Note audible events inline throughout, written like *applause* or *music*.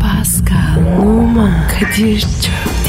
Pascal, Oman, Kadir çok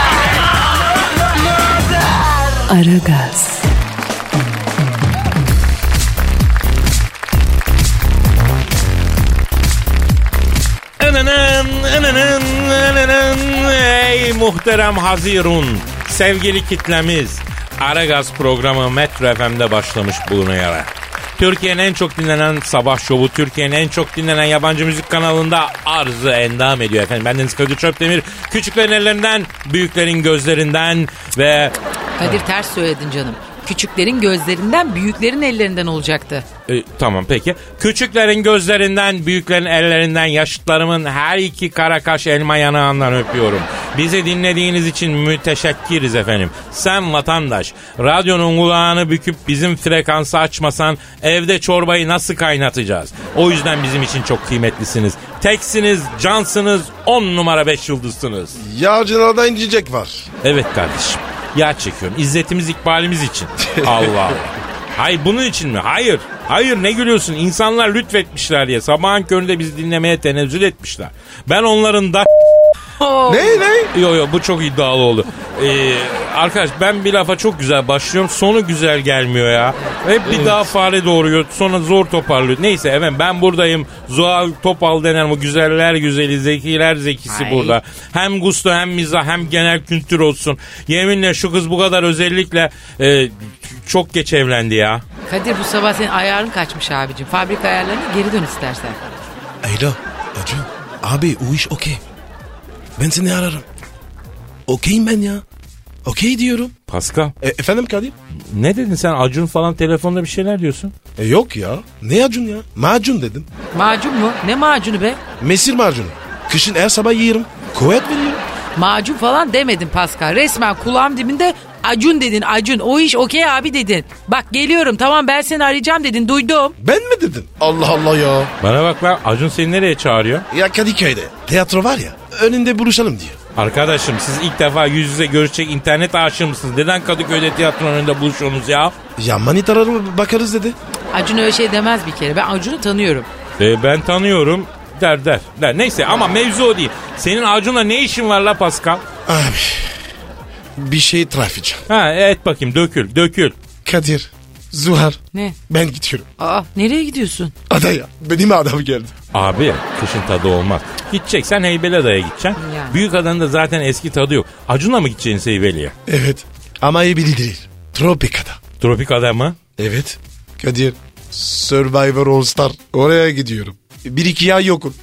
Aragaz, Ananın, ananın, ananın. Ey muhterem Hazirun. Sevgili kitlemiz. Aragaz programı Metro FM'de başlamış bulunuyor. Türkiye'nin en çok dinlenen sabah şovu, Türkiye'nin en çok dinlenen yabancı müzik kanalında arzı endam ediyor efendim. Bendeniz Kadir Çöpdemir. Küçüklerin ellerinden, büyüklerin gözlerinden ve Kadir ters söyledin canım. Küçüklerin gözlerinden büyüklerin ellerinden olacaktı. E, tamam peki. Küçüklerin gözlerinden, büyüklerin ellerinden, yaşıtlarımın her iki karakaş elma yanağından öpüyorum. Bizi dinlediğiniz için müteşekkiriz efendim. Sen vatandaş, radyonun kulağını büküp bizim frekansı açmasan evde çorbayı nasıl kaynatacağız? O yüzden bizim için çok kıymetlisiniz. Teksiniz, cansınız, on numara beş yıldızsınız. Yağcılarda incecek var. Evet kardeşim. Yağ çekiyorum. İzzetimiz ikbalimiz için. Allah Allah. Hay bunun için mi? Hayır. Hayır ne gülüyorsun? İnsanlar lütfetmişler diye. Sabahın köründe bizi dinlemeye tenezzül etmişler. Ben onların da... Ne ne? Yo yo bu çok iddialı oldu. Ee, arkadaş ben bir lafa çok güzel başlıyorum. Sonu güzel gelmiyor ya. Hep bir daha fare doğuruyor. Sonra zor toparlıyor. Neyse efendim ben buradayım. Zuhal Topal denen o güzeller güzeli, zekiler zekisi Ay. burada. Hem gusto hem mizah hem genel kültür olsun. Yeminle şu kız bu kadar özellikle e, çok geç evlendi ya. Kadir bu sabah senin ayarın kaçmış abicim. Fabrika ayarlarına geri dön istersen. Alo Acun. Abi o iş okey. Ben seni ararım. Okeyim ben ya. Okey diyorum. Pascal E, efendim Kadir? ne dedin sen Acun falan telefonda bir şeyler diyorsun. E, yok ya. Ne Acun ya? Macun dedim. Macun mu? Ne macunu be? Mesir macunu. Kışın her sabah yiyorum. Kuvvet veriyor. Macun falan demedin Pascal. Resmen kulağım dibinde Acun dedin Acun. O iş okey abi dedin. Bak geliyorum tamam ben seni arayacağım dedin duydum. Ben mi dedim? Allah Allah ya. Bana bak lan Acun seni nereye çağırıyor? Ya Kadıköy'de. Tiyatro var ya. Önünde buluşalım diyor. Arkadaşım siz ilk defa yüz yüze görüşecek internet aşığı mısınız? Neden Kadıköy'de tiyatronun önünde buluşuyorsunuz ya? Ya manitalara bakarız dedi. Acun öyle şey demez bir kere. Ben Acun'u tanıyorum. E, ben tanıyorum der der der. Neyse ama mevzu o değil. Senin Acun'la ne işin var la Pascal? Abi bir şey itiraf edeceğim. Ha et bakayım dökül dökül. Kadir, Zuhar Ne? ben gidiyorum. Aa nereye gidiyorsun? Adaya benim adam geldi. Abi kışın tadı olmaz. Gideceksen Heybeliada'ya gideceksin. Yani. Büyük da zaten eski tadı yok. Acun'la mı gideceksin Heybeli'ye? Evet ama iyi biri değil. Tropika'da. Tropika'da mı? Evet. Kadir Survivor All Star oraya gidiyorum. Bir iki ay yokum.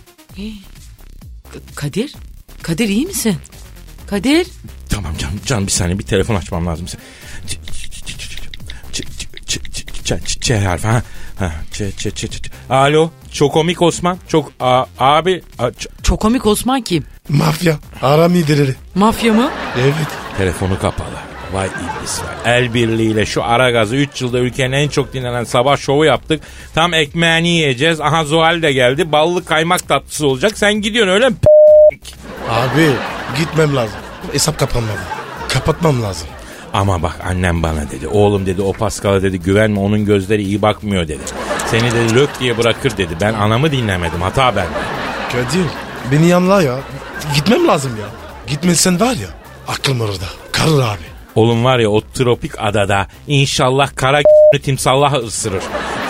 Kadir? Kadir iyi misin? Kadir? Tamam can, can bir saniye bir telefon açmam lazım. Ç harfi ha. Ha, Ç ç ç ç. Alo. Çok komik Osman. Çok a- abi. a- ç- Çok komik Osman kim? Mafya. Aram liderleri. Mafya mı? Evet. telefonu kapalı. Vay iblis var. El birliğiyle şu ara gazı 3 yılda ülkenin en çok dinlenen sabah şovu yaptık. Tam ekmeğini yiyeceğiz. Aha Zuhal de geldi. Ballı kaymak tatlısı olacak. Sen gidiyorsun öyle mi? Abi gitmem lazım. Hesap kapanmalı. Kapatmam lazım. Ama bak annem bana dedi. Oğlum dedi o Paskal'a dedi güvenme onun gözleri iyi bakmıyor dedi. Seni dedi lök diye bırakır dedi. Ben anamı dinlemedim hata ben. Kadir beni yanla ya. Gitmem lazım ya. Gitmesen var ya aklım orada. Karıl abi. Oğlum var ya o tropik adada inşallah kara *laughs* timsallah ısırır.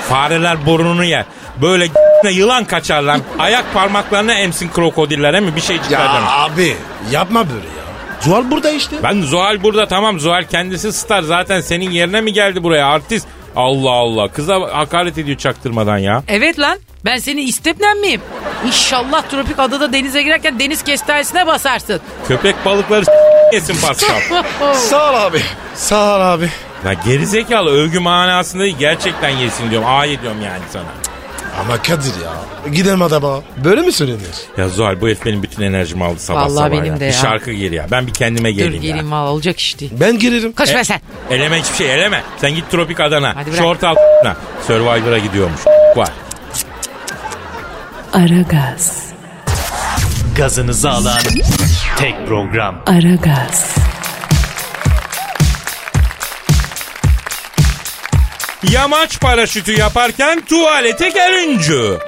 Fareler burnunu yer. Böyle *laughs* yılan kaçar lan. Ayak parmaklarını emsin krokodillere mi bir şey çıkar Ya demiş. abi yapma böyle ya. Zuhal burada işte. Ben Zuhal burada tamam Zuhal kendisi star zaten senin yerine mi geldi buraya artist? Allah Allah kıza hakaret ediyor çaktırmadan ya. Evet lan ben senin istepnen miyim? İnşallah tropik adada denize girerken deniz kestanesine basarsın. Köpek balıkları *laughs* yesin Pascal. Sağ ol abi. Sağ ol abi. Ya gerizekalı övgü manasında değil, gerçekten yesin diyorum. Ay diyorum yani sana. Ama Kadir ya. Gidelim adama. Böyle mi söylenir? Ya Zuhal bu herif benim bütün enerjimi aldı sabah Vallahi sabah benim ya. de Bir ya. şarkı gir ya. Ben bir kendime Dur geleyim ya. geleyim valla olacak iş değil. Ben girerim. Koş be E, sen. Eleme hiçbir şey eleme. Sen git Tropik Adana. Hadi bırak. Short al na. Survivor'a gidiyormuş. Var. Aragaz, Gazınızı alan tek program. Aragaz, Yamaç paraşütü yaparken tuvalete görüncü.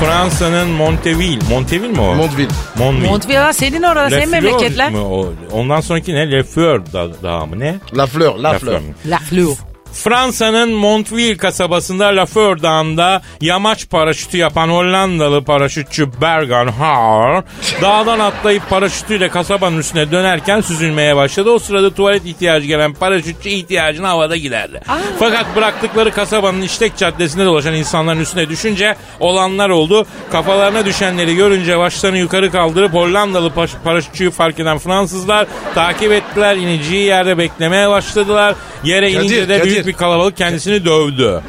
Fransa'nın Monteville. Monteville mi o? Montville. Montville. Montvilla senin orada Le senin Fleur memleketler. mi o? Ondan sonraki ne? Le Fleur da- dağı mı ne? La fleur, la, La fleur. Fleur. La Fleur. Fransa'nın Montville kasabasında Lafeur Dağı'nda yamaç paraşütü yapan Hollandalı paraşütçü Bergan Haar dağdan atlayıp paraşütüyle kasabanın üstüne dönerken süzülmeye başladı. O sırada tuvalet ihtiyacı gelen paraşütçü ihtiyacını havada giderdi. Fakat bıraktıkları kasabanın işlek caddesinde dolaşan insanların üstüne düşünce olanlar oldu. Kafalarına düşenleri görünce başlarını yukarı kaldırıp Hollandalı paş- paraşütçüyü fark eden Fransızlar takip ettiler. İneceği yerde beklemeye başladılar. Yere Kadir, inince de Kadir. büyük bir kalabalık kendisini dövdü.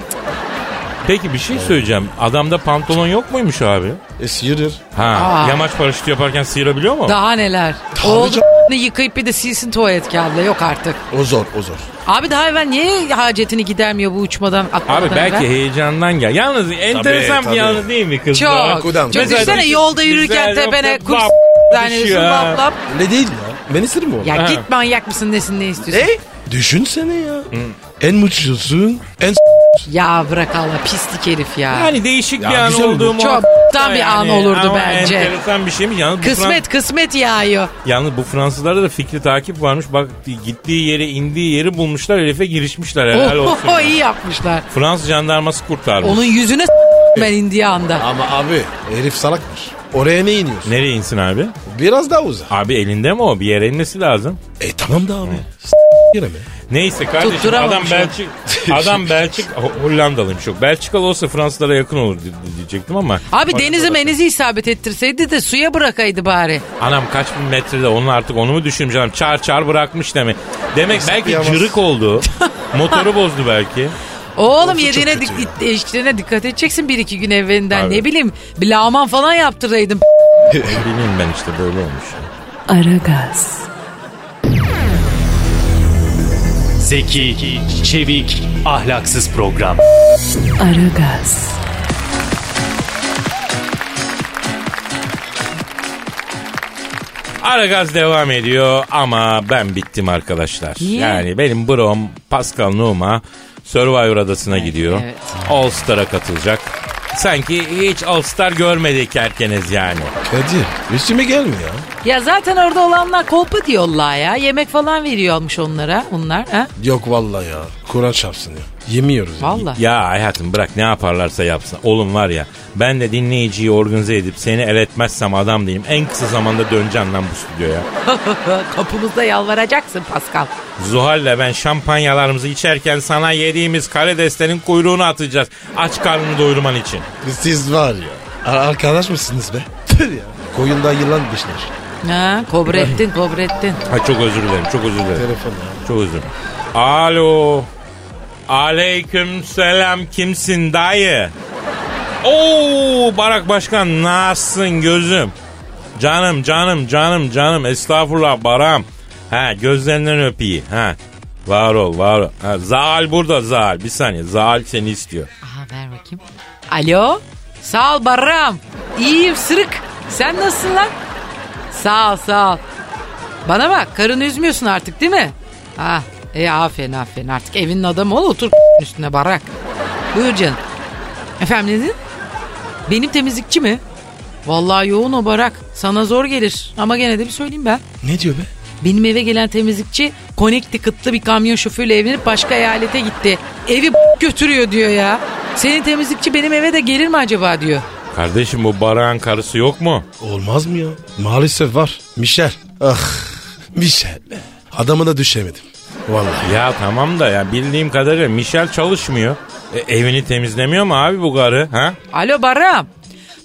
Peki bir şey söyleyeceğim. Adamda pantolon yok muymuş abi? E sıyırır. Ha, Aa. yamaç paraşütü yaparken sıyırabiliyor mu? Daha neler. Oğlum yıkayıp bir de silsin tuvalet kağıdıyla yok artık. O zor, o zor. Abi daha evvel niye hacetini gidermiyor bu uçmadan atlamadan Abi belki evvel? heyecandan gel. Yalnız enteresan tabii. bir yalnız değil mi kız? Çok. Kudan. Çok Mesela düşünsene biz- yolda biz yürürken her tepene hafta kurs lap tanıyorsun düşüyor ha. lap lap. Ne değil ya? Ben isterim onu. Ya Ha. E? git manyak mısın nesin ne istiyorsun? Düşünsene ya. En mutsuzsun, en Ya bırak Allah pislik herif ya. Yani hani değişik bir Ya an güzel oldu. olduğu Çok tam bir an olurdu ama bence. enteresan bir şey mi? Yalnız bu Fran- kısmet kısmet yağıyor. Yalnız bu Fransızlarda da fikri takip varmış. Bak gittiği yeri indiği yeri bulmuşlar. Herife girişmişler *laughs* helal olsun. Oho iyi yapmışlar. Fransız jandarması kurtarmış. Onun yüzüne s- ben indiği anda. Ama abi herif salakmış. Oraya ne iniyorsun? Nereye insin abi? Biraz daha uzak. Abi elinde mi o? Bir yere inmesi lazım. E tamam da abi. Yine mi? Neyse kardeşim Tutturamamış adam ya. *laughs* Belçik adam Belçik Ho- Hollandalıymış yok. Belçikalı olsa Fransızlara yakın olur di- diyecektim ama. Abi Bak- denizi menizi isabet ettirseydi de suya bırakaydı bari. Anam kaç bin metrede onun artık onu mu düşünmüş adam çar çar bırakmış demek. Demek belki kıyamaz? cırık *laughs* oldu. Motoru bozdu belki. Oğlum çok yediğine kötü dik- ilişkilerine dikkat edeceksin bir iki gün evvelinden. Abi. Ne bileyim bir lağman falan yaptıraydım. Bilmiyorum ben işte böyle olmuş. Aragaz, Zeki, çevik, ahlaksız program. Aragaz, Aragaz devam ediyor ama ben bittim arkadaşlar. Niye? Yani benim brom Pascal Numa Survivor adasına gidiyor. evet. All Star'a katılacak. Sanki hiç All Star görmedik erkeniz yani. Kadir üstüme gelme ya. Ya zaten orada olanlar kolpa diyorlar ya. Yemek falan veriyormuş onlara onlar. Ha? Yok vallahi ya. Kur'an çarpsın ya. Yemiyoruz. ya. Valla. Ya hayatım bırak ne yaparlarsa yapsın. Oğlum var ya ben de dinleyiciyi organize edip seni eletmezsem adam değilim. En kısa zamanda döneceğim lan bu stüdyoya. Kapımızda yalvaracaksın Pascal. Zuhal'le ben şampanyalarımızı içerken sana yediğimiz karideslerin kuyruğunu atacağız. Aç karnını doyurman için. Siz var ya. ar- Arkadaş mısınız be? Tır ya. Koyunda yılan dişler. Ha, kobrettin kobrettin. Ha, çok özür dilerim çok özür dilerim. Telefon ya. Çok özür dilerim. Alo. Aleyküm selam kimsin dayı? Oo Barak Başkan nasılsın gözüm? Canım canım canım canım estağfurullah Baram. Ha gözlerinden öpeyim ha. Var ol var ol. Ha, Zal burada Zal bir saniye Zal seni istiyor. Aha ver bakayım. Alo. Sağ ol Barram. İyiyim sırık. Sen nasılsın lan? Sağ ol sağ ol. Bana bak karını üzmüyorsun artık değil mi? Ha iyi aferin aferin artık evinin adamı ol otur *laughs* üstüne barak. Buyur canım. Efendim ne dedin? Benim temizlikçi mi? Vallahi yoğun o barak. Sana zor gelir ama gene de bir söyleyeyim ben. Ne diyor be? Benim eve gelen temizlikçi Connecticut'lı bir kamyon şoförüyle evlenip başka eyalete gitti. Evi b- götürüyor diyor ya. Senin temizlikçi benim eve de gelir mi acaba diyor. Kardeşim bu Barak'ın karısı yok mu? Olmaz mı ya? Maalesef var. Michel. Ah. Michel. Adamına düşemedim. Vallahi. Ya tamam da ya bildiğim kadarıyla Michel çalışmıyor. E, evini temizlemiyor mu abi bu karı? Ha? Alo Baram.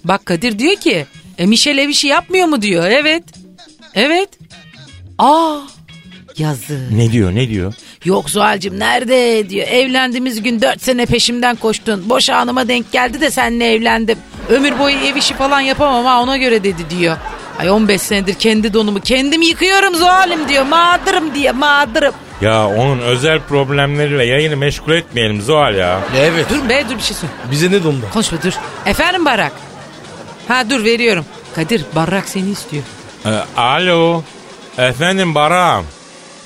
Bak Kadir diyor ki e Michel ev işi yapmıyor mu diyor. Evet. Evet. Aa Yazı. Ne diyor ne diyor? Yok Zuhal'cim nerede diyor. Evlendiğimiz gün dört sene peşimden koştun. Boş anıma denk geldi de seninle evlendim. Ömür boyu ev işi falan yapamam ha ona göre dedi diyor. Ay 15 senedir kendi donumu kendim yıkıyorum Zuhal'im diyor. Mağdurum diye mağdurum. Ya onun özel problemleriyle yayını meşgul etmeyelim Zuhal ya. Evet. Dur be dur bir şey söyle. Bize ne dondu? Konuşma dur. Efendim Barak. Ha dur veriyorum. Kadir Barak seni istiyor. E, alo. Efendim Baram.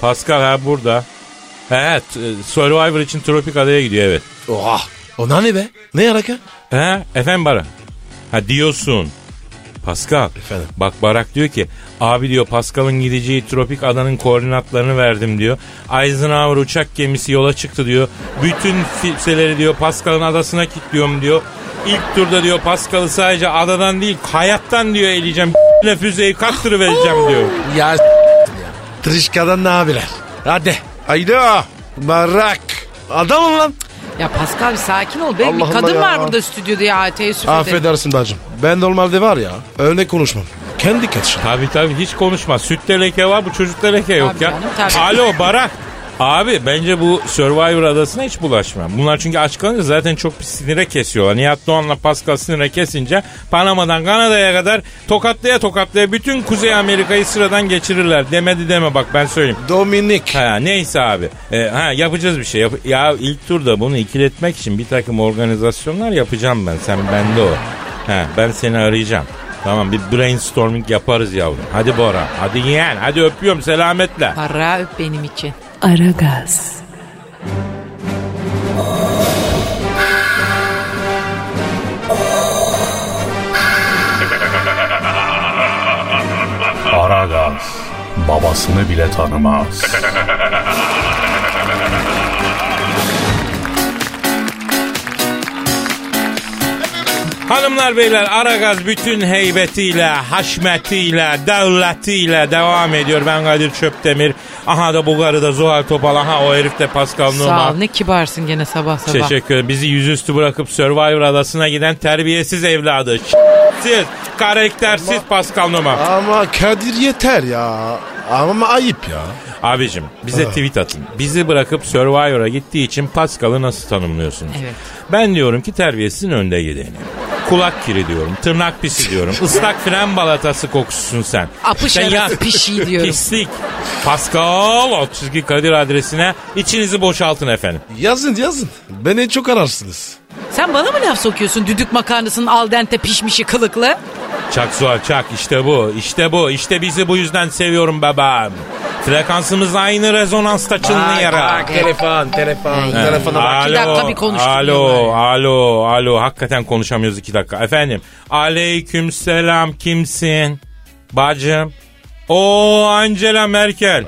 Pascal ha burada. Evet e, Survivor için tropik adaya gidiyor evet. Oha. Ona ne be? Ne yaraka? He efendim Barak. Ha diyorsun. Pascal. Efendim? Bak Barak diyor ki abi diyor Pascal'ın gideceği tropik adanın koordinatlarını verdim diyor. Eisenhower uçak gemisi yola çıktı diyor. Bütün filseleri diyor Pascal'ın adasına kilitliyorum diyor. İlk turda diyor Pascal'ı sadece adadan değil hayattan diyor eleyeceğim. *laughs* ile füzeyi kaptırıvereceğim diyor. Ya s- ya. Trişkadan ne haberler? Hadi. Hayda. Barak. Adamım lan. Ya Pascal bir sakin ol be. Allah bir kadın Allah var ya. burada stüdyoda ya teessüf ederim. Affedersin dacım. Ben normalde var ya öyle konuşmam. Kendi kaçışım. Tabii tabii hiç konuşma. Sütte leke var bu çocukta leke yok Tabii ya. canım, tabii. Alo Barak. Abi bence bu Survivor adasına hiç bulaşma. Bunlar çünkü aç kalınca zaten çok bir sinire kesiyorlar. Nihat Doğan'la Pascal sinire kesince Panama'dan Kanada'ya kadar tokatlaya tokatlaya bütün Kuzey Amerika'yı sıradan geçirirler. Demedi deme bak ben söyleyeyim. Dominik. Ha, neyse abi. Ee, ha, yapacağız bir şey. Yap- ya ilk turda bunu ikiletmek için bir takım organizasyonlar yapacağım ben. Sen bende o. Ha, ben seni arayacağım. Tamam bir brainstorming yaparız yavrum. Hadi Bora. Hadi yeğen. Hadi öpüyorum selametle. Barak'ı öp benim için. Aragaz, Aragaz babasını bile tanımaz. Hanımlar beyler Aragaz bütün heybetiyle, haşmetiyle, devletiyle devam ediyor. Ben Kadir Çöptemir. Aha da bu karı da Zuhal Topal. Aha o herif de Pascal Sağ Numa. ol ne kibarsın gene sabah sabah. Teşekkür ederim. Bizi yüzüstü bırakıp Survivor adasına giden terbiyesiz evladı. Siz karaktersiz Pascal Numa. Ama Kadir yeter ya. Ama ayıp ya. Abicim bize tweet atın. Bizi bırakıp Survivor'a gittiği için Pascal'ı nasıl tanımlıyorsunuz? Evet. Ben diyorum ki terbiyesizin önde gideni. Kulak kiri diyorum, tırnak pisi diyorum, ıslak fren balatası kokususun sen. Apış sen arası pişiği *laughs* diyorum. Pislik. Pascal alt çizgi Kadir adresine içinizi boşaltın efendim. Yazın yazın. Beni çok ararsınız. Sen bana mı laf sokuyorsun düdük makarnasının al dente pişmişi kılıklı? Çak Suat çak işte bu işte bu işte bizi bu yüzden seviyorum babam. Frekansımız aynı rezonansta çınlayarak. telefon telefon. Ay. Telefona bak. İki dakika bir konuştuk Alo, diyorlar. alo, alo. Hakikaten konuşamıyoruz iki dakika. Efendim, aleyküm selam kimsin? Bacım. O Angela Merkel.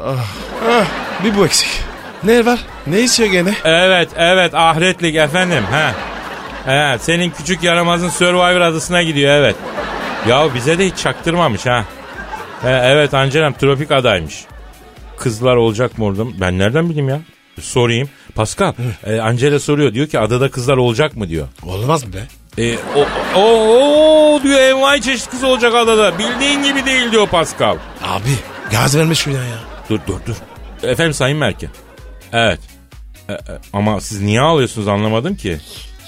Ah, bir bu eksik. Ne var? Ne istiyor gene? Evet, evet ahretlik efendim. He. He, senin küçük yaramazın Survivor adasına gidiyor evet. Ya bize de hiç çaktırmamış ha. He, evet Angelam tropik adaymış. Kızlar olacak mı orada? mı? Ben nereden bileyim ya? Sorayım. Pascal, e, Angela soruyor. Diyor ki adada kızlar olacak mı diyor. Olmaz mı be? E, o, o, o diyor envai çeşit kız olacak adada. Bildiğin gibi değil diyor Pascal. Abi gaz verme şuradan ya. Dur dur dur. Efendim Sayın Merke. Evet. E, e, ama siz niye ağlıyorsunuz anlamadım ki.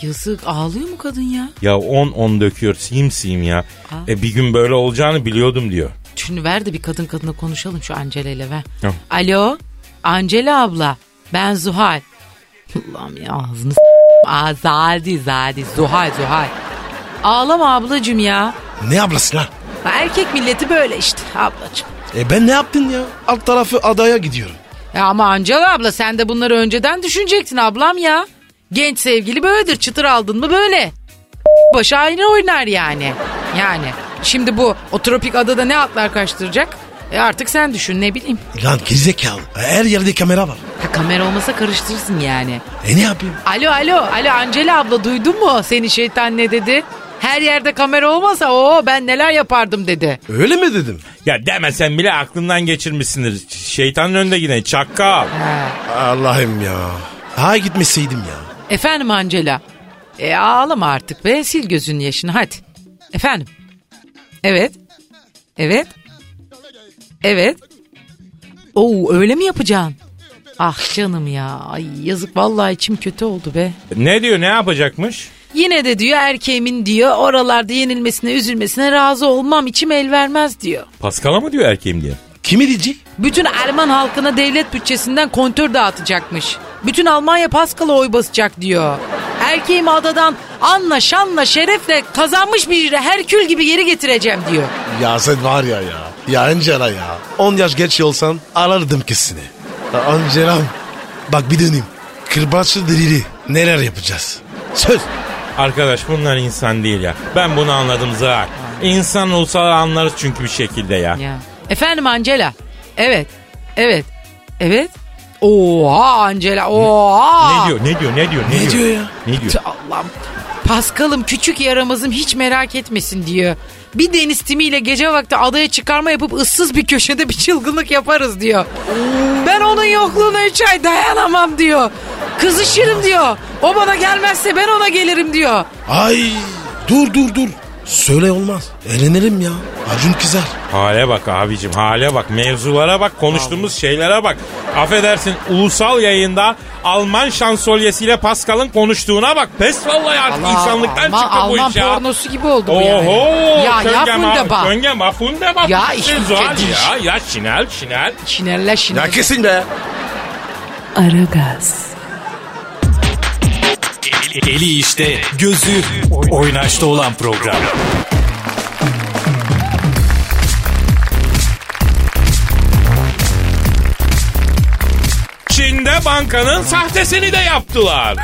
Yazık ağlıyor mu kadın ya? Ya 10 10 döküyor siyim siyim ya. E, bir gün böyle olacağını biliyordum diyor. Şunu ver de bir kadın kadına konuşalım şu Angela ile ver. Tamam. Alo Angela abla ben Zuhal. Allah'ım ya ağzını s- Aa, Zadi Zadi Zuhal Zuhal. Ağlama ablacım ya. Ne ablası lan? Erkek milleti böyle işte ablacım. E ben ne yaptın ya? Alt tarafı adaya gidiyorum. Ya E ama Angela abla sen de bunları önceden düşünecektin ablam ya. Genç sevgili böyledir çıtır aldın mı böyle. Başı aynı oynar yani. Yani şimdi bu o tropik adada ne atlar kaçtıracak? E artık sen düşün ne bileyim. Lan gerizekalı. E, Her yerde kamera var. Ha, kamera olmasa karıştırırsın yani. E ne yapayım? Alo alo alo Angela abla duydun mu seni şeytan ne dedi? Her yerde kamera olmasa o ben neler yapardım dedi. Öyle mi dedim? Ya demesen bile aklından geçirmişsiniz. Ş- Şeytanın önünde giden çakal. Allah'ım ya. Ha gitmeseydim ya. Efendim Angela. E ağlama artık be sil gözünün yaşını hadi. Efendim. Evet. Evet. Evet. Oo öyle mi yapacaksın? Ah canım ya. Ay yazık vallahi içim kötü oldu be. Ne diyor ne yapacakmış? Yine de diyor erkeğimin diyor oralarda yenilmesine üzülmesine razı olmam içim el vermez diyor. Paskal'a mı diyor erkeğim diye? Kimi diyecek? Bütün Alman halkına devlet bütçesinden kontör dağıtacakmış. Bütün Almanya Paskal'a oy basacak diyor. Erkeğim adadan anla şanla şerefle kazanmış bir Herkül gibi geri getireceğim diyor. Ya sen var ya ya. Ya Angela ya. 10 yaş geç olsan arardım kesini. Ya Angelam. Bak bir döneyim. Kırbaçlı delili. Neler yapacağız? Söz. Arkadaş bunlar insan değil ya. Ben bunu anladım Zahar. İnsan olsa anlarız çünkü bir şekilde ya. Ya. Efendim Angela. Evet. Evet. Evet. Oha Angela. Oha. Ne diyor? Ne diyor? Ne diyor? Ne, diyor? ya? Ne diyor? Tü Allah'ım. Paskal'ım küçük yaramazım hiç merak etmesin diyor. Bir deniz timiyle gece vakti adaya çıkarma yapıp ıssız bir köşede bir çılgınlık yaparız diyor. Ben onun yokluğuna üç ay dayanamam diyor. Kızışırım diyor. O bana gelmezse ben ona gelirim diyor. Ay dur dur dur. Söyle olmaz. Elenelim ya. Acun kızar. Hale bak abicim hale bak mevzulara bak konuştuğumuz şeylere bak. Affedersin ulusal yayında Alman şansölyesiyle Pascal'ın konuştuğuna bak. Pes vallahi artık insanlıktan Alman, çıktı bu Alman iş ya. pornosu gibi oldu bu Oho, yani. Ya Könge ya ma- bunda bak. Könge ma funde bak. Ya, işte işte zor değil. ya. Ya şinel şinel. Şinerle şinerle. kesin be. Aragaz, E, Eli işte, gözü oynaşta olan program. Çin'de bankanın sahtesini de yaptılar.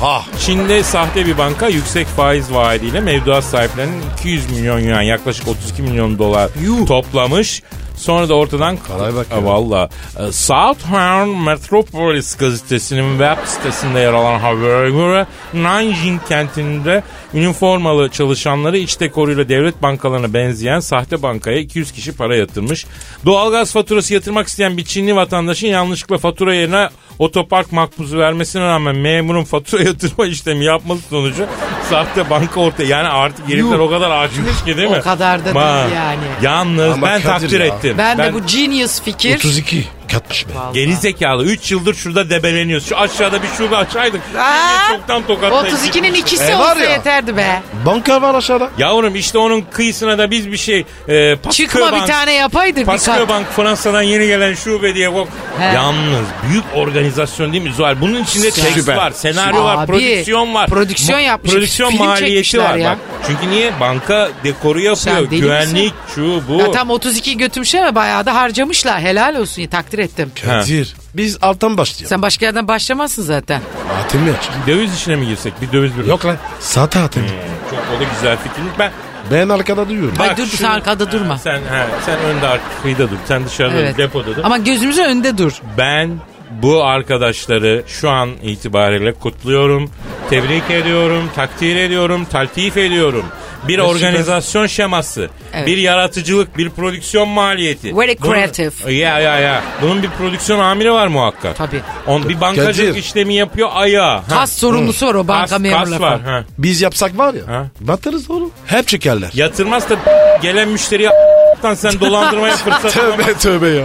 Ha. Çin'de sahte bir banka yüksek faiz vaadiyle mevduat sahiplerinin 200 milyon yuan yaklaşık 32 milyon dolar toplamış. Sonra da ortadan Kolay bak ya. E, Valla. E, Southern Metropolis gazetesinin web sitesinde yer alan habere göre Nanjing kentinde üniformalı çalışanları iç dekoruyla devlet bankalarına benzeyen sahte bankaya 200 kişi para yatırmış. Doğalgaz faturası yatırmak isteyen bir Çinli vatandaşın yanlışlıkla fatura yerine otopark makbuzu vermesine rağmen memurun fatura *laughs* yatırma işlemi yapması sonucu sahte banka ortaya yani artık herifler o kadar açmış ki değil mi? O kadar da değil yani. Yalnız Ama ben Kadir takdir ya. ettim. Ben, de bu genius fikir. 32. Katmış be. Geri zekalı 3 yıldır şurada debeleniyoruz. Şu aşağıda bir şube açaydık. Aa! Çoktan tokatlayıp 32'nin gitmiştik. ikisi E, var olsa ya. yeterdi be. Banka var aşağıda. Yavrum işte onun kıyısına da biz bir şey e, Pasköy Çıkma bir Bank- tane yapaydık bir Pasköy kat. Bank Fransa'dan yeni gelen şube diye bak. He. Yalnız büyük organizasyon değil mi Zuhal? Bunun içinde tekst Süper. var, senaryo var, Abi, prodüksiyon var. prodüksiyon yapmış, Prodüksiyon film maliyeti çekmişler var ya. bak. Çünkü niye? Banka dekoru Sen yapıyor, deli güvenlik, şu bu. Ya tam 32 götürmüş ama bayağı da harcamışlar. Helal olsun ya takdir ettim. Kadir. Biz alttan başlayalım. Sen başka yerden başlamazsın zaten. Atemi aç. Döviz işine mi girsek? Bir döviz bir. Yok lan. Hmm. Sata atemi. Çok o da güzel fikirmiş. Ben Ben arkada duyuyorum. Ay Bak dur şu- sen arkada durma. Sen he, sen önde arkada dur. Sen dışarıda Evet. dur, depoda dur. Ama gözümüzün önünde dur. Ben bu arkadaşları şu an itibariyle kutluyorum. Tebrik ediyorum, takdir ediyorum, taltif ediyorum. Bir organizasyon şeması, Evet. bir yaratıcılık, bir prodüksiyon maliyeti. Very Bunun- creative. Ya ya ya. Bunun bir prodüksiyon amiri var muhakkak. Tabii. On, bir bankacılık Kadir. işlemi yapıyor ayağa. Ha. Kas sorumlusu var o Kas- banka kas memurları. var. falan. Ha. Biz yapsak var ya. Ha? Batarız oğlum. Hep çekerler. Yatırmaz da gelen müşteriye *laughs* sen dolandırmaya fırsat *laughs* bulamazsın. Tövbe tövbe ya.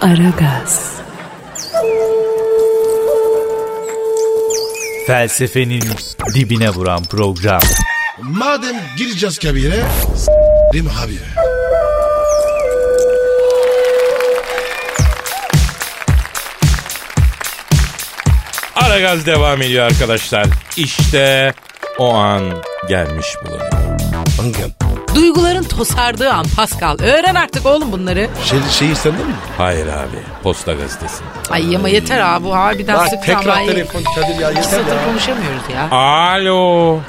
Aragaz, Felsefenin dibine vuran program. Madem gireceğiz kabire. Rim abi. Ara gaz devam ediyor arkadaşlar. İşte o an gelmiş bulunuyor. Angam. Duyguların tosardığı an Pascal. Öğren artık oğlum bunları. Şey, şeyi sende mi? Hayır abi. Posta gazetesi. Ay ama yeter abi bu harbiden sıktı ama. ay, Kadir ya iki satır konuşamıyoruz ya. Alo.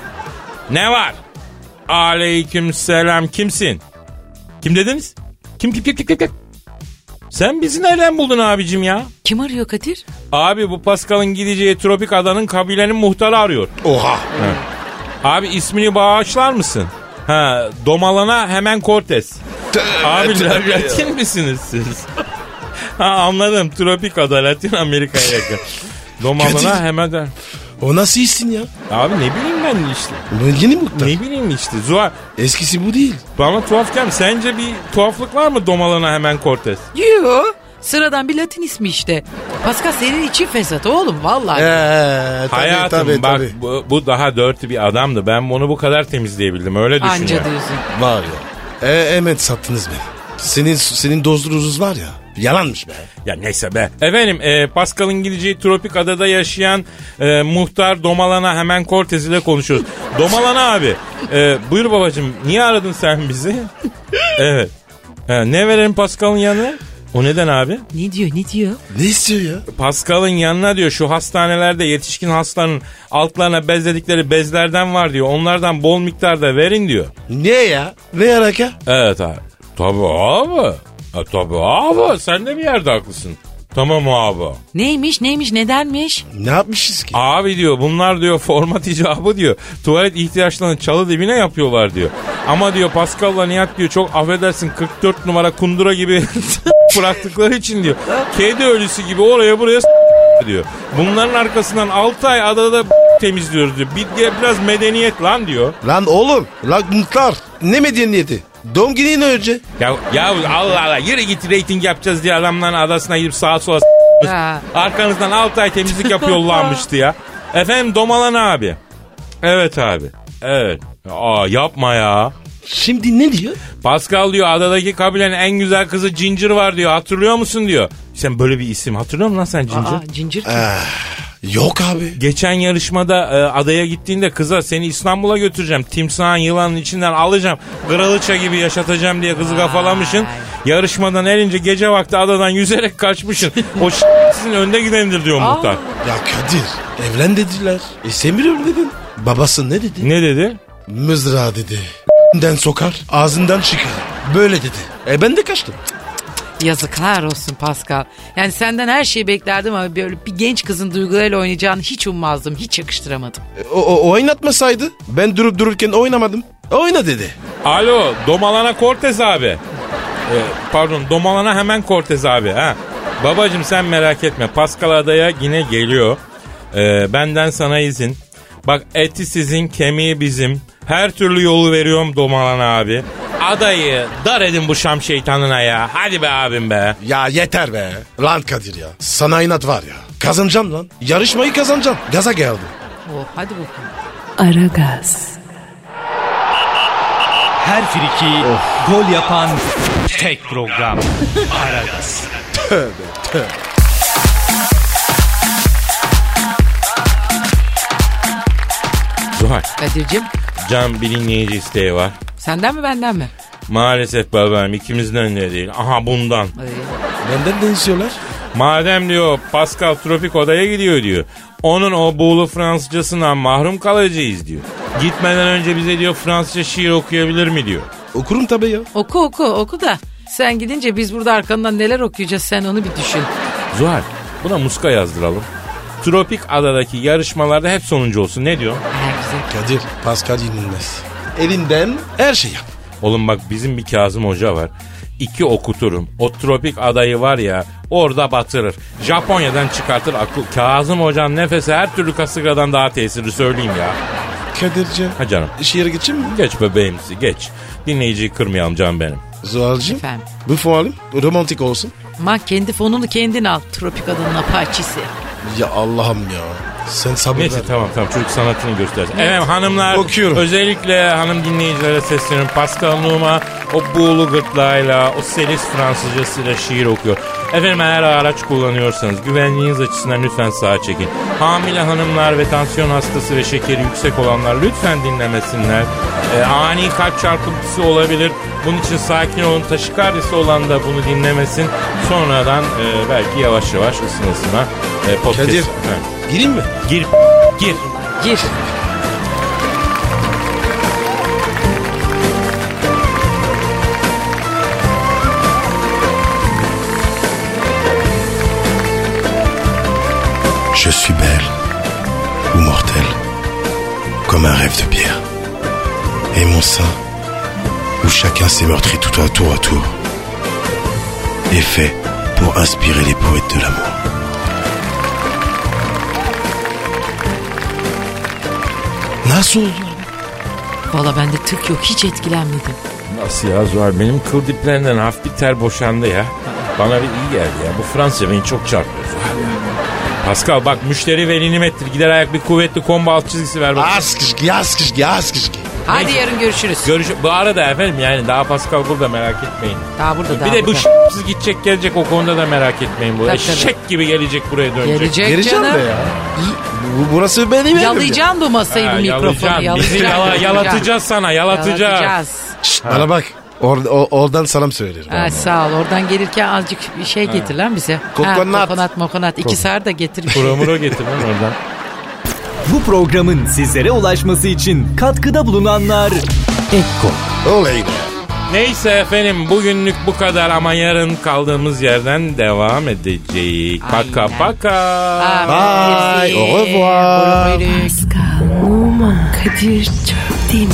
Ne var? Aleyküm selam. Kimsin? Kim dediniz? Kim kim kim kim kim? kim? Sen bizi nereden buldun abicim ya? Kim arıyor Kadir? Abi bu Pascal'ın gideceği tropik adanın kabilenin muhtarı arıyor. Oha. Abi ismini bağışlar mısın? Ha, domalana hemen Cortez. Abi Latin *laughs* misiniz siz? ha anladım. Tropik ada Latin Amerika'ya yakın. Domalana Kadir. hemen de. O nasıl iyisin ya? Abi ne bileyim ben işte. Bu yeni muhtar. Ne bileyim işte. Zuhal Eskisi bu değil. Bana tuhaf gelmiş. Sence bir tuhaflık var mı domalana hemen Cortez? Yoo. Sıradan bir Latin ismi işte. Pascal senin için fesat oğlum vallahi. Ee, tabii, Hayatım tabii, bak tabii. Bu, bu daha dörtlü bir adamdı. Ben bunu bu kadar temizleyebildim öyle düşünüyorum. Anca diyorsun. Var ya. E, hemen sattınız beni. Senin senin dostluğunuz var ya. Yalanmış be. Ya neyse be. Efendim e, Pascal'ın gideceği tropik adada yaşayan e, muhtar Domalana hemen Cortez *laughs* ile konuşuyoruz. Domalana abi e, buyur babacığım niye aradın *laughs* sen bizi? evet. Ha, ne verelim Pascal'ın yanına? O neden abi? Ne diyor ne diyor? Ne istiyor ya? Pascal'ın yanına diyor şu hastanelerde yetişkin hastanın altlarına bezledikleri bezlerden var diyor. Onlardan bol miktarda verin diyor. Niye ya? Ne alaka? Evet abi. Tabii abi. Ha, tabii abi. Sen de bir yerde haklısın. Tamam abi. Neymiş neymiş nedenmiş? Ne yapmışız ki? Abi diyor bunlar diyor format icabı diyor. Tuvalet ihtiyaçlarını çalı dibine yapıyorlar diyor. Ama diyor Pascal'la Nihat diyor çok affedersin 44 numara kundura gibi *laughs* bıraktıkları için diyor. Kedi ölüsü gibi oraya buraya s- diyor. Bunların arkasından 6 ay adada *laughs* temizliyoruz diyor. Bir de biraz medeniyet lan diyor. Lan oğlum. Lan mutlar. Ne medeniyeti? Doğum günü ne önce? Ya, ya Allah Allah yürü git reyting yapacağız diye adamların adasına gidip sağa sola s- Ha. Arkanızdan 6 ay temizlik yapıyorlarmıştı ya. Efendim Domalan abi. Evet abi. Evet. Aa yapma ya. Şimdi ne diyor? Pascal diyor adadaki kabilenin en güzel kızı Ginger var diyor. Hatırlıyor musun diyor. Sen böyle bir isim hatırlıyor musun lan sen Ginger? Aa, cincir Ee, kim? Yok abi. Geçen yarışmada e, adaya gittiğinde kıza seni İstanbul'a götüreceğim. Timsahın yılanın içinden alacağım. Kraliçe gibi yaşatacağım diye kızı kafalamışsın. Yarışmadan erince gece vakti adadan yüzerek kaçmışsın. o *laughs* sizin önde gidendir diyor muhtar. Ya Kadir. Evlen dediler. E, İstemiyorum dedin. Babası ne dedi? Ne dedi? Mızrağı dedi. Den sokar. Ağzından çıkar. Böyle dedi. E ben de kaçtım. Yazıklar olsun Pascal. Yani senden her şeyi beklerdim ama böyle bir genç kızın duygularıyla oynayacağını hiç ummazdım. Hiç yakıştıramadım. O, o oynatmasaydı ben durup dururken oynamadım. Oyna dedi. Alo Domalana Cortez abi. Ee, pardon Domalana hemen Cortez abi. Ha. Babacım sen merak etme Pascal adaya yine geliyor. Ee, benden sana izin. Bak eti sizin kemiği bizim. Her türlü yolu veriyorum Domalana abi. Adayı dar edin bu şam şeytanına ya. Hadi be abim be. Ya yeter be. Lan Kadir ya. Sana inat var ya. Kazanacağım lan. Yarışmayı kazanacağım. Gaza geldim. Oh, hadi bakalım. Aragaz, Her friki gol yapan tek program. Aragaz. Zuhal Kadir'cim can bir dinleyici isteği var. senden mi benden mi? Maalesef babam ikimizden de değil. Aha bundan. Ay. Benden de istiyorlar. Madem diyor Pascal tropik odaya gidiyor diyor. Onun o buğulu Fransızcasından mahrum kalacağız diyor. Gitmeden önce bize diyor Fransızca şiir okuyabilir mi diyor. Okurum tabii ya. Oku oku oku da sen gidince biz burada arkandan neler okuyacağız sen onu bir düşün. Zuhal buna muska yazdıralım. Tropik adadaki yarışmalarda hep sonuncu olsun ne diyor? Ha, güzel. Kadir Pascal yenilmez. Elinden her şey yap. Oğlum bak bizim bir Kazım Hoca var. İki okuturum. O tropik adayı var ya orada batırır. Japonya'dan çıkartır akıl. Kazım Hoca'nın nefesi her türlü kasırgadan daha tesirli söyleyeyim ya. Kadir'ci. Ha canım. İş şey yere geçeyim mi? Geç bebeğimsi geç. Dinleyiciyi kırmayalım canım benim. Zuhal'cığım. Efendim. Bu fuarım romantik olsun. Ma kendi fonunu kendin al. Tropik adanın apaçisi. Ya Allah'ım ya. Sen sabır Neyse ver. tamam tamam çocuk sanatını göstersin. Evet hanımlar Okuyorum. özellikle hanım dinleyicilere sesleniyorum. Pascal Numa o buğulu gırtlağıyla o selis Fransızcasıyla şiir okuyor. Efendim eğer araç kullanıyorsanız güvenliğiniz açısından lütfen sağa çekin. Hamile hanımlar ve tansiyon hastası ve şekeri yüksek olanlar lütfen dinlemesinler. Ee, ani kalp çarpıntısı olabilir. Bunun için sakin olun. Taşikardisi olan da bunu dinlemesin. Sonradan e, belki yavaş yavaş ısınasına e, podcast. Kadir. Evet. Gireyim mi? Gir gir. Gir. Je suis belle ou mortelle, comme un rêve de pierre. Et mon sein, où chacun s'est meurtri tout à tour à tour, est fait pour inspirer les poètes de l'amour. Nasıl oldu? abi? Valla bende tık yok hiç etkilenmedim. Nasıl ya Zuhal? Benim kıl diplerinden hafif bir ter boşandı ya. Bana bir iyi geldi ya. Bu Fransa beni çok çarpıyor. Pascal bak müşteri veli nimettir. Gider ayak bir kuvvetli combo alt çizgisi ver bakalım. Az kışkı, az kışkı, az kışkı. Hadi yarın görüşürüz. Görüş bu arada efendim yani daha Pascal burada merak etmeyin. Daha burada, bir daha de bu burada. ş**sız gidecek gelecek o konuda da merak etmeyin. Bu Tabii, eşek gibi gelecek buraya dönecek. Gelecek Geleceğim de canım. ya. Bu- Burası benim evim. ya. Yalayacağım bu masayı Ha, bu mikrofonu. yalayacaksın. Bizi yalayacaksın. yala- yalatacağız sana yalatacağız. Yalatacağız. Şşt, bana bak. Or- o- oradan selam söylerim. Ha, sağ ol. Oradan gelirken azıcık bir şey getir lan bize. Kokonat. Ha, kokonat mokonat. İki sar da getir. Kuramuro getir lan oradan. Bu programın sizlere ulaşması için katkıda bulunanlar Ekko Oley be. Neyse efendim bugünlük bu kadar ama yarın kaldığımız yerden devam edeceğiz. Paka Aynen. paka. Bye. Au revoir. Pascal, Oman, Kadir çok değil mi?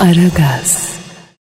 Aragaz.